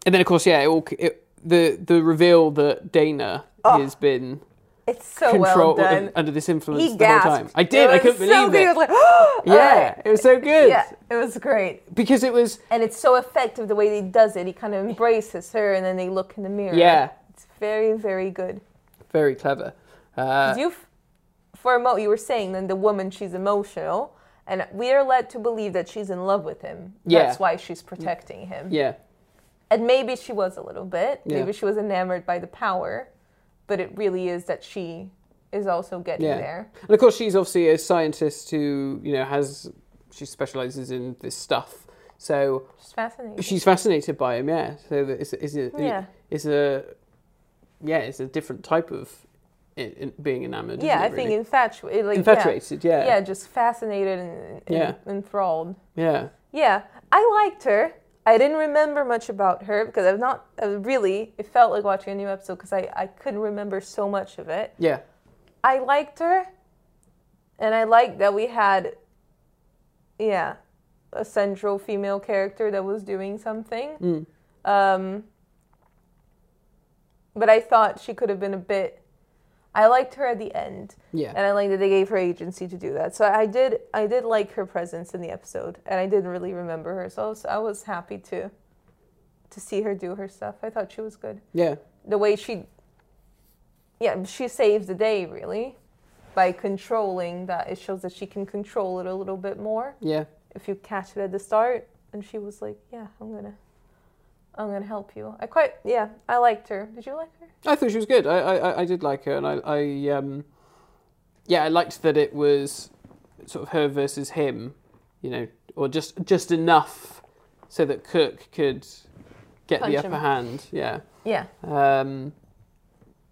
S4: and then, of course, yeah, it all, it, the the reveal that Dana has been
S5: It's Oh, so well
S4: controlled
S5: done.
S4: under this influence
S5: he
S4: the whole
S5: gasped.
S4: time. I did.
S5: It
S4: I couldn't
S5: was so
S4: believe
S5: good.
S4: it.
S5: He was like,
S4: yeah, it was so good.
S5: Yeah. It was great.
S4: because it was
S5: And it's so effective the way he does it. He kind of embraces her and then they look in the mirror.
S4: yeah,
S5: It's very, very good.
S4: very clever. Uh,
S5: 'Cause you, f- for a moment, you were saying then the woman, she's emotional. And we are led to believe that she's in love with him.
S4: Yeah.
S5: That's why she's protecting him.
S4: Yeah,
S5: And maybe she was a little bit.
S4: Yeah.
S5: Maybe she was enamored by the power. But it really is that she is also getting
S4: yeah.
S5: there.
S4: And of course, she's obviously a scientist who you know has she specializes in this stuff. So
S5: It's fascinating.
S4: she's fascinated by him. Yeah. So that it's it's a,
S5: Yeah.
S4: it's a yeah it's a different type of in, in being enamored.
S5: yeah,
S4: isn't it,
S5: I think
S4: really?
S5: infatuated. Like, yeah.
S4: infatuated. Yeah.
S5: Yeah. just fascinated and, and
S4: Yeah.
S5: enthralled.
S4: Yeah.
S5: Yeah, I liked her. I didn't remember much about her because I've not I really. It felt like watching a new episode because I, I couldn't remember so much of it.
S4: Yeah.
S5: I liked her, and I liked that we had, yeah, a central female character that was doing something. Um, but I thought she could have been a bit. I liked her at the end,
S4: Yeah.
S5: and I liked that they gave her agency to do that. So I did. I did like her presence in the episode, and I didn't really remember her, so I was, I was happy to, to see her do her stuff. I thought she was good
S4: Yeah.
S5: the way she yeah she saves the day really by controlling that it shows that she can control it a little bit more
S4: Yeah.
S5: if you catch it at the start and she was like yeah i'm gonna i'm gonna help you i quite yeah i liked her did you like her
S4: I thought she was good. I, I, I- I did like her, and I, I um, yeah, I liked that it was sort of her versus him, you know, or just just enough so that Kirk could get
S5: Punch
S4: the
S5: him.
S4: upper hand. Yeah.
S5: yeah
S4: Um,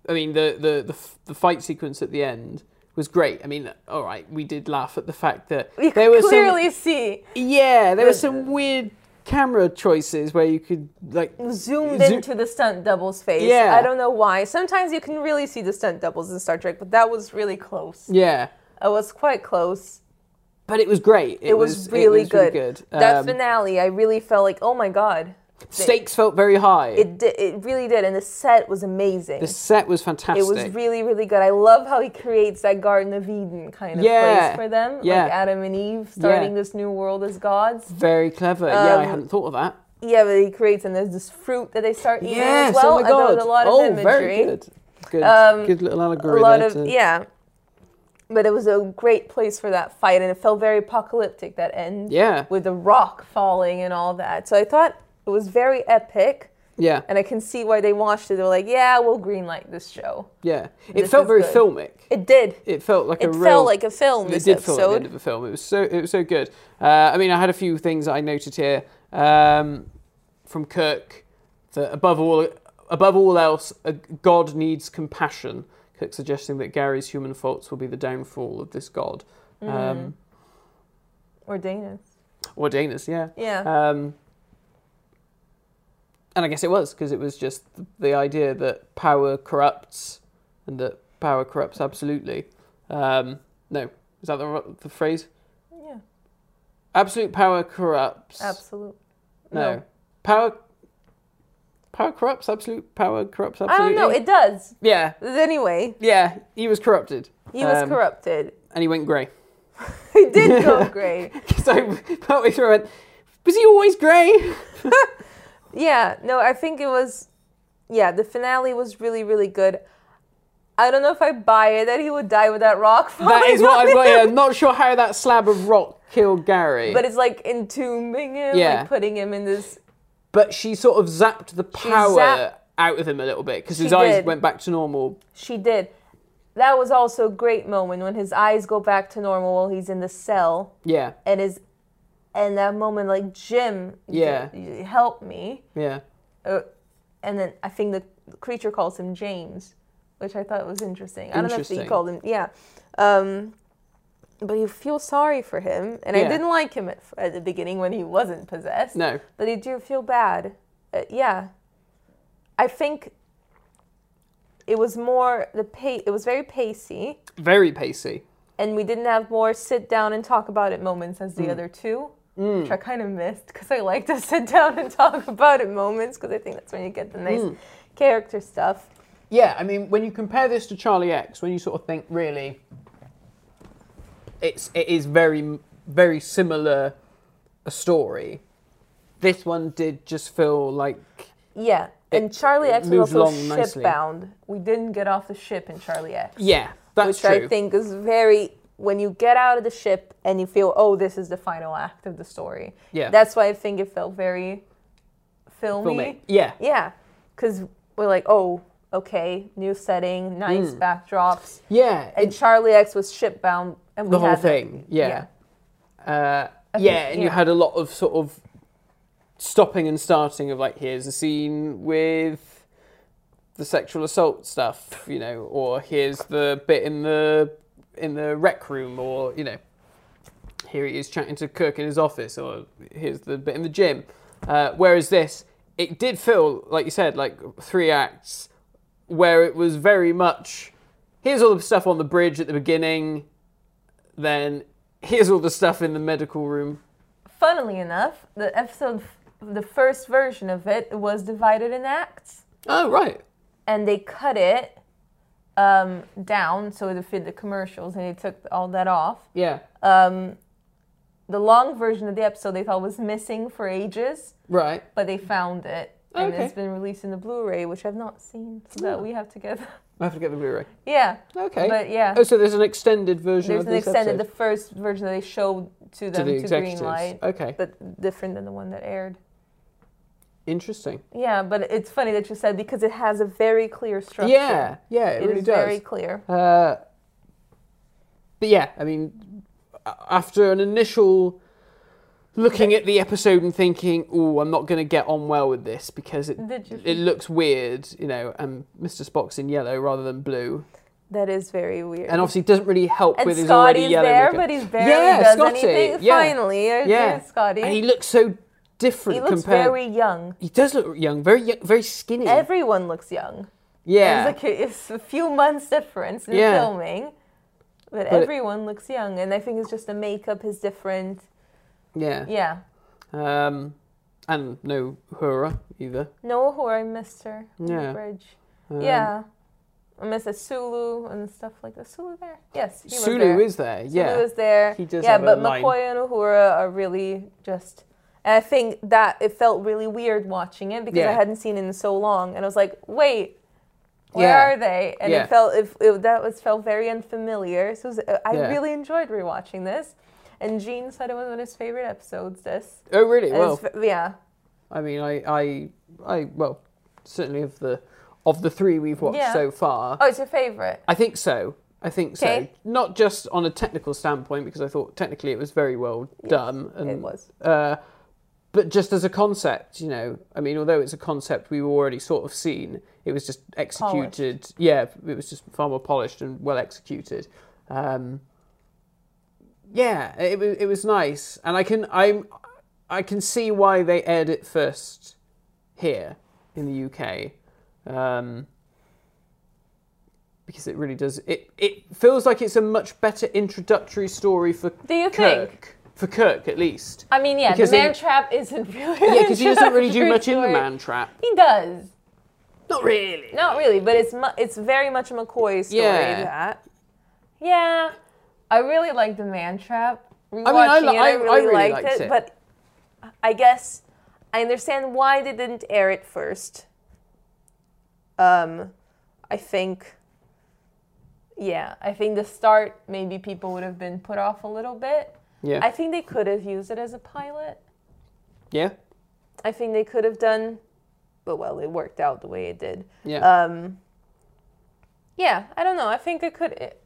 S4: I mean, the, the the f- the fight sequence at the end was great. I mean, all right, we did laugh at the fact that
S5: you
S4: there
S5: could
S4: was
S5: clearly see
S4: yeah, there were some weird camera choices where you could like
S5: zoomed
S4: Zo-
S5: into the stunt double's face
S4: Yeah.
S5: i don't know why sometimes you can really see the stunt doubles in star trek but that was really close
S4: yeah.
S5: i was quite close
S4: But it was great.
S5: it was, really, good. That
S4: Um,
S5: finale, I really felt like, oh my god,
S4: stakes felt very high.
S5: it di- it really did, and the set was amazing.
S4: the set was fantastic.
S5: it was really really good. I love how he creates that Garden of Eden kind of
S4: Yeah.
S5: place for them,
S4: Yeah.
S5: like Adam and Eve starting this new world as gods.
S4: very clever. yeah, I
S5: Um,
S4: hadn't thought of that.
S5: Yeah, but he creates, and there's this fruit that they start eating
S4: Yes,
S5: as well.
S4: oh my
S5: I thought it
S4: god.
S5: was a lot of
S4: oh,
S5: imagery.
S4: very good. Good,
S5: Um,
S4: good little allegory
S5: a lot
S4: there
S5: of
S4: to-
S5: yeah but it was a great place for that fight and it felt very apocalyptic that end
S4: Yeah.
S5: with the rock falling and all that so i thought it was very epic
S4: yeah,
S5: and i can see why they watched it they were like yeah we'll greenlight this show
S4: yeah. It
S5: this
S4: felt
S5: is
S4: very
S5: good.
S4: filmic. It,
S5: it did
S4: felt like a
S5: it
S4: real.
S5: felt like a film
S4: It
S5: this
S4: did feel like the end
S5: episode
S4: of a film. It was so it was so good. Uh, I mean, I had a few things that I noted here um, from Kirk that above all above all else, a God needs compassion. Kirk suggesting that Gary's human faults will be the downfall of this God.
S5: Mm.
S4: Um,
S5: or dana
S4: or Dana's, yeah.
S5: Yeah.
S4: Um, and I guess it was because it was just the idea that power corrupts, and that power corrupts absolutely. Um, no, is that the, the phrase?
S5: Yeah.
S4: Absolute power corrupts.
S5: absolute
S4: no.
S5: no.
S4: Power. Power corrupts. Absolute power corrupts.
S5: i
S4: Absolutely.
S5: don't know it does
S4: yeah.
S5: anyway
S4: Yeah. He was corrupted.
S5: he was
S4: Um,
S5: corrupted
S4: and he went grey.
S5: he did go grey
S4: So partway through, I went, was he always grey?
S5: Yeah, no, I think it was. Yeah, the finale was really, really good. I don't know if I buy it that he would die with that rock.
S4: That
S5: falling
S4: is what
S5: on
S4: I've got
S5: him.
S4: here. I'm not sure how that slab of rock killed Gary.
S5: But
S4: But,
S5: it's like entombing him,
S4: Yeah.
S5: like putting him in this.
S4: she sort of zapped the power
S5: zap-
S4: out of him a little bit because his
S5: She
S4: eyes
S5: did.
S4: went back to normal.
S5: She did. That was also a great moment when his eyes go back to normal while he's in the cell,
S4: Yeah,
S5: and his, and that moment like Jim,
S4: Yeah.
S5: y- help me,
S4: yeah.
S5: uh, and then I think the creature calls him James, which I thought was interesting. I don't know if he
S4: Interesting.
S5: called him, yeah. Um, but you feel sorry for him, and
S4: Yeah.
S5: I didn't like him at, f- at the beginning when he wasn't possessed.
S4: No.
S5: but you do feel bad. Uh, yeah, I think it was more the pa- It was very pacey,
S4: Very pacey.
S5: and we didn't have more sit down and talk about it moments as the
S4: Mm.
S5: other two. Which I kind of missed because I like to sit down and talk about it moments because I think that's when you get the nice
S4: Mm.
S5: character stuff.
S4: Yeah, I mean, when you compare this to Charlie X, when you sort of think really, it's it is very very similar a story. This one did just feel like
S5: Yeah. And Charlie
S4: it
S5: X was
S4: moves
S5: also
S4: along nicely.
S5: shipbound. We didn't get off the ship in Charlie X.
S4: yeah, that's
S5: which
S4: true.
S5: I think is very when you get out of the ship and you feel oh this is the final act of the story.
S4: Yeah.
S5: That's why I think it felt very filmy.
S4: Filmy. Yeah.
S5: Yeah, because we're like oh okay new setting nice
S4: Hmm.
S5: backdrops
S4: yeah,
S5: and Charlie X was shipbound and we
S4: the whole
S5: had that.
S4: thing. Yeah. Uh,
S5: I
S4: yeah,
S5: think-
S4: and you
S5: yeah.
S4: had a lot of sort of stopping and starting of like, here's a scene with the sexual assault stuff, you know, or here's the bit in the in the rec room, or you know, here he is chatting to Kirk in his office, or here's the bit in the gym. Uh, whereas this, it did feel like you said, like three acts, where it was very much. Here's all the stuff on the bridge at the beginning then here's all the stuff in the medical room.
S5: Funnily enough, the episode, the first version of it was divided in acts.
S4: Oh, right.
S5: and they cut it um, down so it would fit the commercials, and they took all that off.
S4: Yeah.
S5: The long version of the episode they thought was missing for ages,
S4: right.
S5: but they found it, and
S4: Okay.
S5: it's been released in the Blu-ray, which I've not seen, so that we have to get.
S4: I have to get the Blu-ray.
S5: yeah.
S4: Okay.
S5: But yeah,
S4: Oh, so there's an extended version
S5: there's
S4: of
S5: an
S4: this
S5: extended.
S4: episode.
S5: The first version that they showed to them
S4: the
S5: to,
S4: executives.
S5: greenlight,
S4: Okay.
S5: but different than the one that aired.
S4: Interesting.
S5: Yeah, but it's funny that you said because it has a very clear structure.
S4: Yeah. Yeah. It,
S5: it is
S4: really does.
S5: very clear.
S4: Uh, but yeah, I mean, a- after an initial looking at the episode and thinking, "Oh, I'm not going to get on well with this because it
S5: Did you-
S4: it looks weird," you know, and Mr. Spock's in yellow rather than blue,
S5: that is very weird.
S4: and obviously doesn't really help
S5: And
S4: with his already
S5: Scotty's
S4: yellow.
S5: there,
S4: makeup.
S5: but he's barely does anything.
S4: Yeah.
S5: Finally, there's Scotty.
S4: And he looks so different
S5: He looks
S4: compared.
S5: very young.
S4: He does look young, very young, very skinny.
S5: Everyone looks young.
S4: yeah,
S5: It's like a, it's a few months difference in
S4: Yeah.
S5: filming, but,
S4: But it-
S5: everyone looks young, and I think it's just the makeup is different.
S4: yeah,
S5: Yeah.
S4: Um, and no Hura either.
S5: Noah who I missed her on
S4: Yeah. Um,
S5: the bridge. yeah. I missed a Sulu and stuff like that. Sulu there? Yes, he was
S4: Sulu
S5: there.
S4: is there. Yeah,
S5: Sulu is there.
S4: He does
S5: yeah,
S4: have a
S5: but
S4: line.
S5: McCoy and Uhura are really just. And I think that it felt really weird watching it because I
S4: Yeah.
S5: hadn't seen it in so long, and I was like, wait. Where
S4: Yeah.
S5: are they? And
S4: Yeah.
S5: it felt if it, that was felt very unfamiliar. So it was, uh, I
S4: Yeah.
S5: really enjoyed rewatching this, and Gene said it was one of his favorite episodes. This,
S4: Oh, really?
S5: And
S4: Well,
S5: it's v- yeah,
S4: I mean, I, I, I, well, certainly of the of the three we've watched
S5: Yeah.
S4: so far,
S5: oh, it's your favorite.
S4: I think so. I think so.
S5: Okay.
S4: Not just on a technical standpoint, because I thought technically it was very well done. And,
S5: it was.
S4: Uh, but just as a concept, you know, I mean, although it's a concept we've already sort of seen, it was just executed. Yeah, it was just far more polished and well executed. Um, yeah, it, wa- it was nice, and I can I'm I can see why they aired it first here in the UK. Um, because it really does. It it feels like it's a much better introductory story for
S5: Do you
S4: Kirk.
S5: think?
S4: For Kirk, at least.
S5: I mean, yeah,
S4: Because
S5: the
S4: in-
S5: man trap isn't really.
S4: yeah, because he doesn't really do much in the
S5: story.
S4: man trap.
S5: He does.
S4: Not really.
S5: Not really, but it's mu- it's very much a McCoy story.
S4: Yeah.
S5: That. Yeah. I really liked the man trap. Rewatching
S4: I mean, I li-
S5: it, I
S4: I- I
S5: really,
S4: really
S5: liked,
S4: liked
S5: it,
S4: it.
S5: but I guess I understand why they didn't air it first. Um, I think. Yeah, I think the start maybe people would have been put off a little bit.
S4: Yeah.
S5: I think they could have used it as a pilot.
S4: yeah.
S5: I think they could have done, but well, it worked out the way it did.
S4: Yeah.
S5: Um, yeah, I don't know. I think it could. It,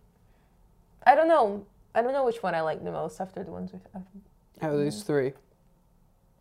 S5: I don't know. I don't know which one I like the most after the ones with. uh,
S4: Out of those three.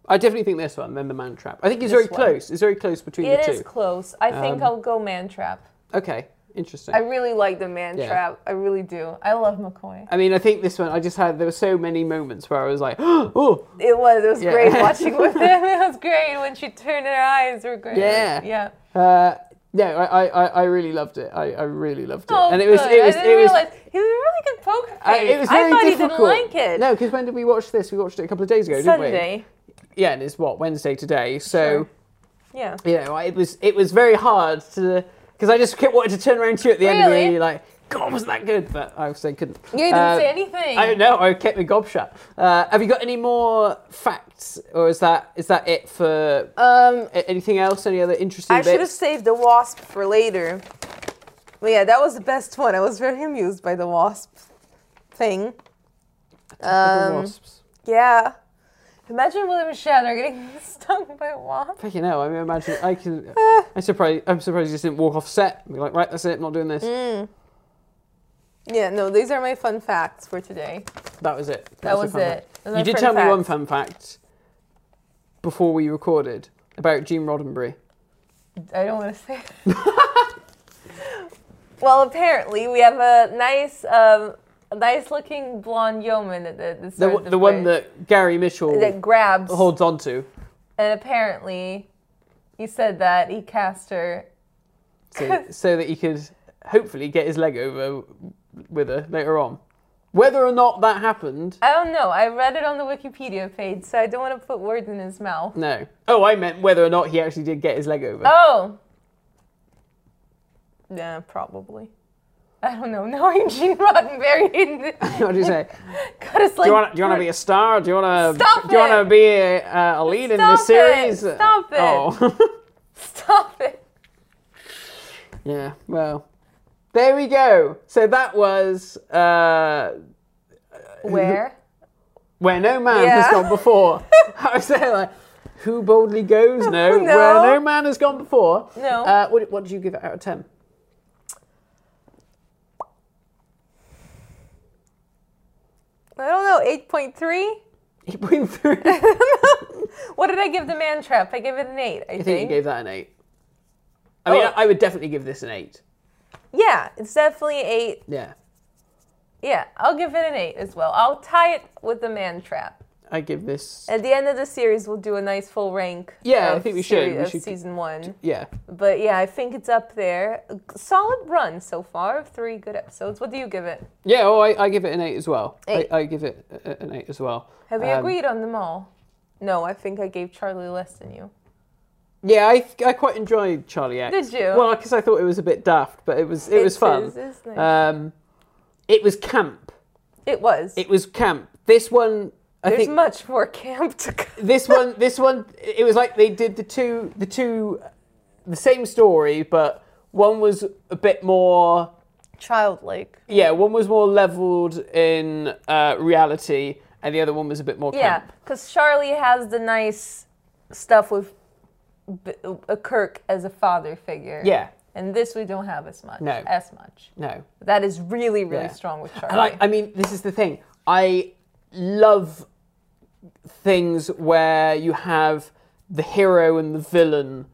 S4: I definitely think this one, then the man trap. I think it's
S5: This
S4: very
S5: one.
S4: close. It's very close between
S5: It
S4: the
S5: is
S4: two.
S5: close. I
S4: Um,
S5: think I'll go Man Trap.
S4: okay, interesting.
S5: I
S4: I,
S5: really like the Man
S4: Yeah.
S5: Trap. I really do. I love McCoy.
S4: mean, I think this one, I just had, there were so many moments where I was like, oh,
S5: It was. It was
S4: Yeah.
S5: great watching with him. It was great when she turned her eyes. Were great.
S4: Yeah.
S5: Yeah.
S4: uh, no, I, I, I, I really loved it. I, I really loved it.
S5: Oh,
S4: and it was,
S5: good.
S4: it was,
S5: I
S4: it
S5: didn't
S4: was,
S5: realize he was a really good poker face.
S4: I, it was very
S5: I thought
S4: difficult.
S5: he didn't like it.
S4: No, because when did we watch this? We watched it a couple of days ago, didn't
S5: Sunday.
S4: we? Yeah, and it's what, Wednesday today. So.
S5: Sure. Yeah.
S4: you know, I- it was it was very hard to because I just kept wanting to turn around to you at the end of
S5: Really?
S4: the like, God, wasn't that good? But I also couldn't.
S5: You didn't
S4: Uh,
S5: say anything.
S4: I don't know. I kept me gobshut. Uh, have you got any more facts, or is that is that it for
S5: Um,
S4: a- anything else? Any other interesting
S5: I should have
S4: bits?
S5: saved the wasp for later. But yeah, that was the best one. I was very amused by the wasp thing. Um,
S4: Little wasps.
S5: Yeah. Imagine William Shatner getting stung by a wasp.
S4: Fucking hell! I mean, imagine I can.
S5: Uh.
S4: I'm surprised. I'm surprised you just didn't walk off set. and Be like, right, that's it. Not doing this.
S5: Mm. Yeah, no, these are my fun facts for today.
S4: That was it.
S5: That
S4: the
S5: was
S4: fun
S5: it.
S4: fact.
S5: Those
S4: You
S5: are
S4: did
S5: fun
S4: tell me one
S5: facts.
S4: fun fact before we recorded about Gene Roddenberry.
S5: I don't want to say. it. well, apparently we have a nice, um, a nice-looking blonde yeoman at the the,
S4: The,
S5: start of
S4: the one
S5: play
S4: that Gary Mitchell
S5: that grabs.
S4: holds on to.
S5: And apparently, he said that he cast her.
S4: so, so that he could hopefully get his leg over with her later on. Whether or not that happened,
S5: I don't know. I read it on the Wikipedia page, so I don't want to put words in his mouth.
S4: no. Oh, I meant whether or not he actually did get his leg over.
S5: Oh. Yeah, probably. I don't know. Knowing Gene Roddenberry, in
S4: what do you say?
S5: cut us like.
S4: Do you want? Do you want to be a star? Do you want to?
S5: Stop
S4: Do you want
S5: it!
S4: to be a, uh, a lead in this
S5: Stop it!
S4: series?
S5: Stop it!
S4: Oh,
S5: Stop it.
S4: yeah. Well, there we go. So that was uh,
S5: Where?
S4: where no man
S5: Yeah.
S4: has gone before. I was there like, who boldly goes? No,
S5: No.
S4: where no man has gone before.
S5: No.
S4: Uh, what, what did you give it out of ten?
S5: I don't know. Eight point three.
S4: Eight point three.
S5: What did I give the man trap? I gave it an eight. I,
S4: I
S5: think.
S4: think you gave that an eight. I mean,
S5: Oh.
S4: I would definitely give this an eight.
S5: yeah, it's definitely an eight.
S4: Yeah,
S5: Yeah, I'll give it an eight as well. I'll tie it with the man trap.
S4: I give this.
S5: At the end of the series, we'll do a nice full rank.
S4: Yeah, I
S5: of
S4: think we should.
S5: seri-
S4: We
S5: of
S4: should-
S5: season one.
S4: Yeah,
S5: But yeah, I think it's up there. A Solid run so far. Three good episodes. What do you give it?
S4: yeah. Oh, I, I give it an eight as well.
S5: Eight.
S4: I, I give it a- a- an eight as well.
S5: Have we
S4: Um,
S5: agreed on them all? No, I think I gave Charlie less than you.
S4: Yeah, I, th- I quite enjoyed Charlie X.
S5: Did you?
S4: Well, because I thought it was a bit daft, but it was it, was
S5: It
S4: fun.
S5: is, it's nice.
S4: Um, it was camp.
S5: It was.
S4: It was camp. This one, I
S5: There's
S4: think.
S5: much more camp to come.
S4: this one this one it was like they did the two the two the same story but one was a bit more
S5: Childlike.
S4: yeah one was more leveled in uh, reality and the other one was a bit more
S5: Yeah,
S4: camp.
S5: because Charlie has the nice stuff with B- uh, Kirk as a father figure.
S4: yeah
S5: And this we don't have as much.
S4: No.
S5: As much.
S4: no
S5: That is really, really
S4: Yeah.
S5: strong with Charlie.
S4: and I, I mean this is the thing i love things where you have the hero and the villain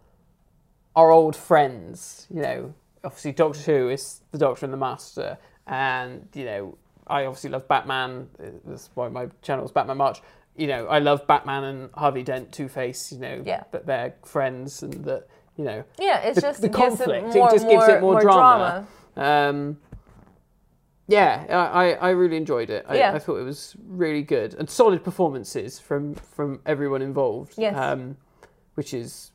S4: are old friends. You know, obviously Doctor Who is the Doctor and the Master, and you know, I obviously love Batman. uh, That's why my channel is Batman March. You know, I love Batman and Harvey Dent, Two Face. You know,
S5: Yeah.
S4: that they're friends and that you know.
S5: Yeah, it's
S4: the,
S5: just-
S4: the
S5: it gives it
S4: conflict.
S5: more-
S4: just gives
S5: more-
S4: it more,
S5: more
S4: drama. Um, yeah, I, I I really enjoyed it. I,
S5: Yeah.
S4: I thought it was really good and solid performances from from everyone involved.
S5: Yes.
S4: Um, which is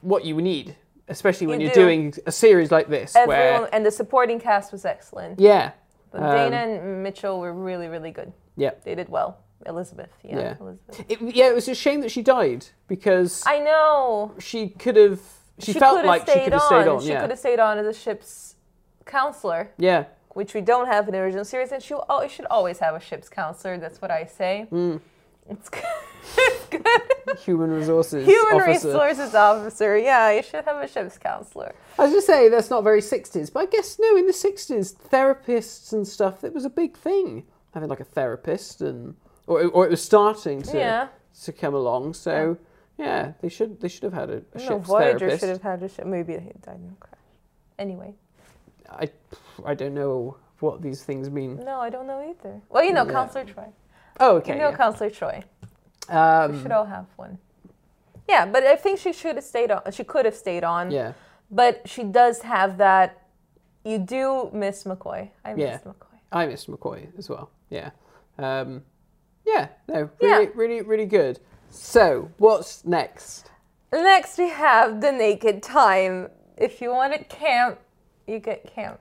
S4: what you need, especially when
S5: You
S4: you are
S5: do.
S4: doing a series like this.
S5: Everyone,
S4: where
S5: and the supporting cast was excellent.
S4: yeah, um,
S5: Dana and Mitchell were really, really good.
S4: yeah,
S5: They did well. Elizabeth, yeah.
S4: Yeah.
S5: Elizabeth.
S4: it, yeah. It was a shame that she died because
S5: I know.
S4: she could have. She,
S5: could
S4: felt
S5: have
S4: like she could have stayed on.
S5: She
S4: yeah,
S5: could have stayed on as a ship's counselor,
S4: yeah,
S5: which we don't have in the original series, and she al- should always have a ship's counselor. That's what I say. It's good. it's good.
S4: Hmm. human resources.
S5: Human
S4: officer.
S5: resources officer. Yeah, you should have a ship's counselor.
S4: I was just say that's not very sixties, but I guess no, in the sixties, therapists and stuff it was a big thing having like a therapist and or or it was starting to
S5: Yeah.
S4: to come along. So yeah, they should they should have had a, a
S5: No,
S4: ship's
S5: Voyager
S4: therapist.
S5: should have had a ship. Maybe they died in a crash. Anyway.
S4: I I don't know what these things mean.
S5: No, I don't know either. Well, you know, Counselor Troy.
S4: Oh okay,
S5: You know,
S4: yeah.
S5: Counselor Troy.
S4: um,
S5: Should all have one. Yeah, but I think she should have stayed on. She could have stayed on.
S4: yeah,
S5: But she does have that. You do miss McCoy. I miss
S4: Yeah.
S5: McCoy.
S4: I missed McCoy as well. Yeah, um, yeah, no, really,
S5: Yeah.
S4: really, really good. So what's next?
S5: Next, we have the Naked Time. If you want to camp, you get camp.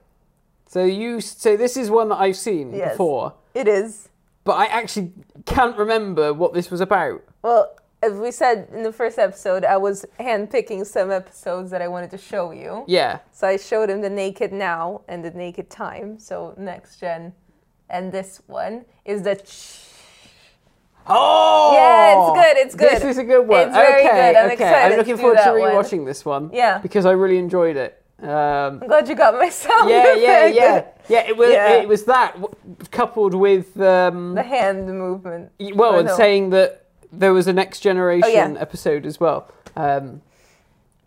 S4: So you so this is one that I've seen
S5: Yes.
S4: before,
S5: It is.
S4: but I actually can't remember what this was about.
S5: Well, as we said in the first episode, I was handpicking some episodes that I wanted to show you.
S4: Yeah.
S5: So I showed him the Naked Now and the Naked Time. So next gen, and this one is the. Ch-
S4: Oh.
S5: Yeah, it's good, it's
S4: This
S5: good.
S4: is a good one.
S5: It's very
S4: okay,
S5: good, I'm
S4: okay.
S5: excited
S4: I'm looking
S5: to do
S4: forward to
S5: that one.
S4: rewatching this one.
S5: Yeah.
S4: Because I really enjoyed it. Um,
S5: I'm glad you got my sound.
S4: yeah, yeah,
S5: effect.
S4: yeah, yeah. It was
S5: Yeah.
S4: it was that w- coupled with um,
S5: The hand movement.
S4: Y- Well,
S5: Or
S4: and
S5: no.
S4: saying that there was a next generation
S5: Oh, yeah.
S4: episode as well. Um,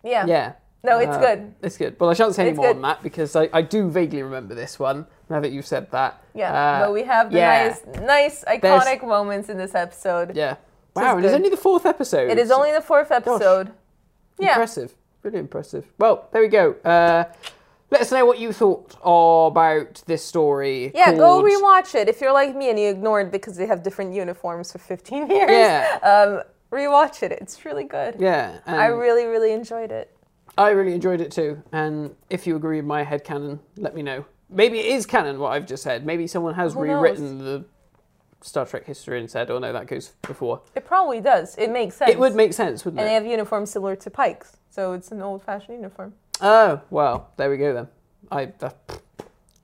S5: Yeah.
S4: yeah. Uh,
S5: No, Oh, it's good.
S4: It's good. Well, I shan't say any
S5: It's
S4: more
S5: good.
S4: on that because I, I do vaguely remember this one now that you've said that.
S5: Yeah,
S4: Uh,
S5: but we have the
S4: yeah,
S5: nice, nice,
S4: There's-
S5: iconic moments in this episode.
S4: Yeah. Wow, and it's
S5: good.
S4: only the fourth episode.
S5: It is only the fourth episode. Yeah.
S4: Impressive. Really impressive. Well, there we go. Uh, let us know what you thought about this story.
S5: Yeah, go
S4: called-
S5: rewatch it. If you're like me and you ignored because they have different uniforms for 15 years,
S4: Yeah.
S5: um, rewatch it. It's really good.
S4: Yeah. And
S5: I really, really enjoyed it.
S4: I really enjoyed it too. And if you agree with my head canon, let me know. Maybe it is canon what I've just said. Maybe someone has
S5: Who knows?
S4: rewritten the Star Trek history and said, "Oh no, that goes before."
S5: It probably does. It makes sense.
S4: It would make sense, wouldn't
S5: And
S4: it?
S5: they have uniforms similar to Pike's, so it's an old-fashioned uniform.
S4: oh well, there we go then. I that,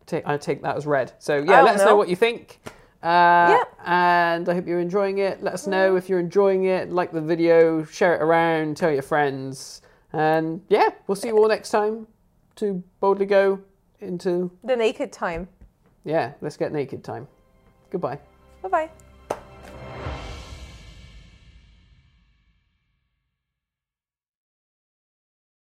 S4: take I take that as read. So yeah,
S5: don't
S4: let us know.
S5: know.
S4: what you think. Uh, And I hope you're enjoying it. Let us know if you're enjoying it. Like the video, share it around, tell your friends, and yeah, we'll see you all next time. To boldly go into
S5: The naked time.
S4: Yeah, let's get naked time. Goodbye.
S5: Bye bye.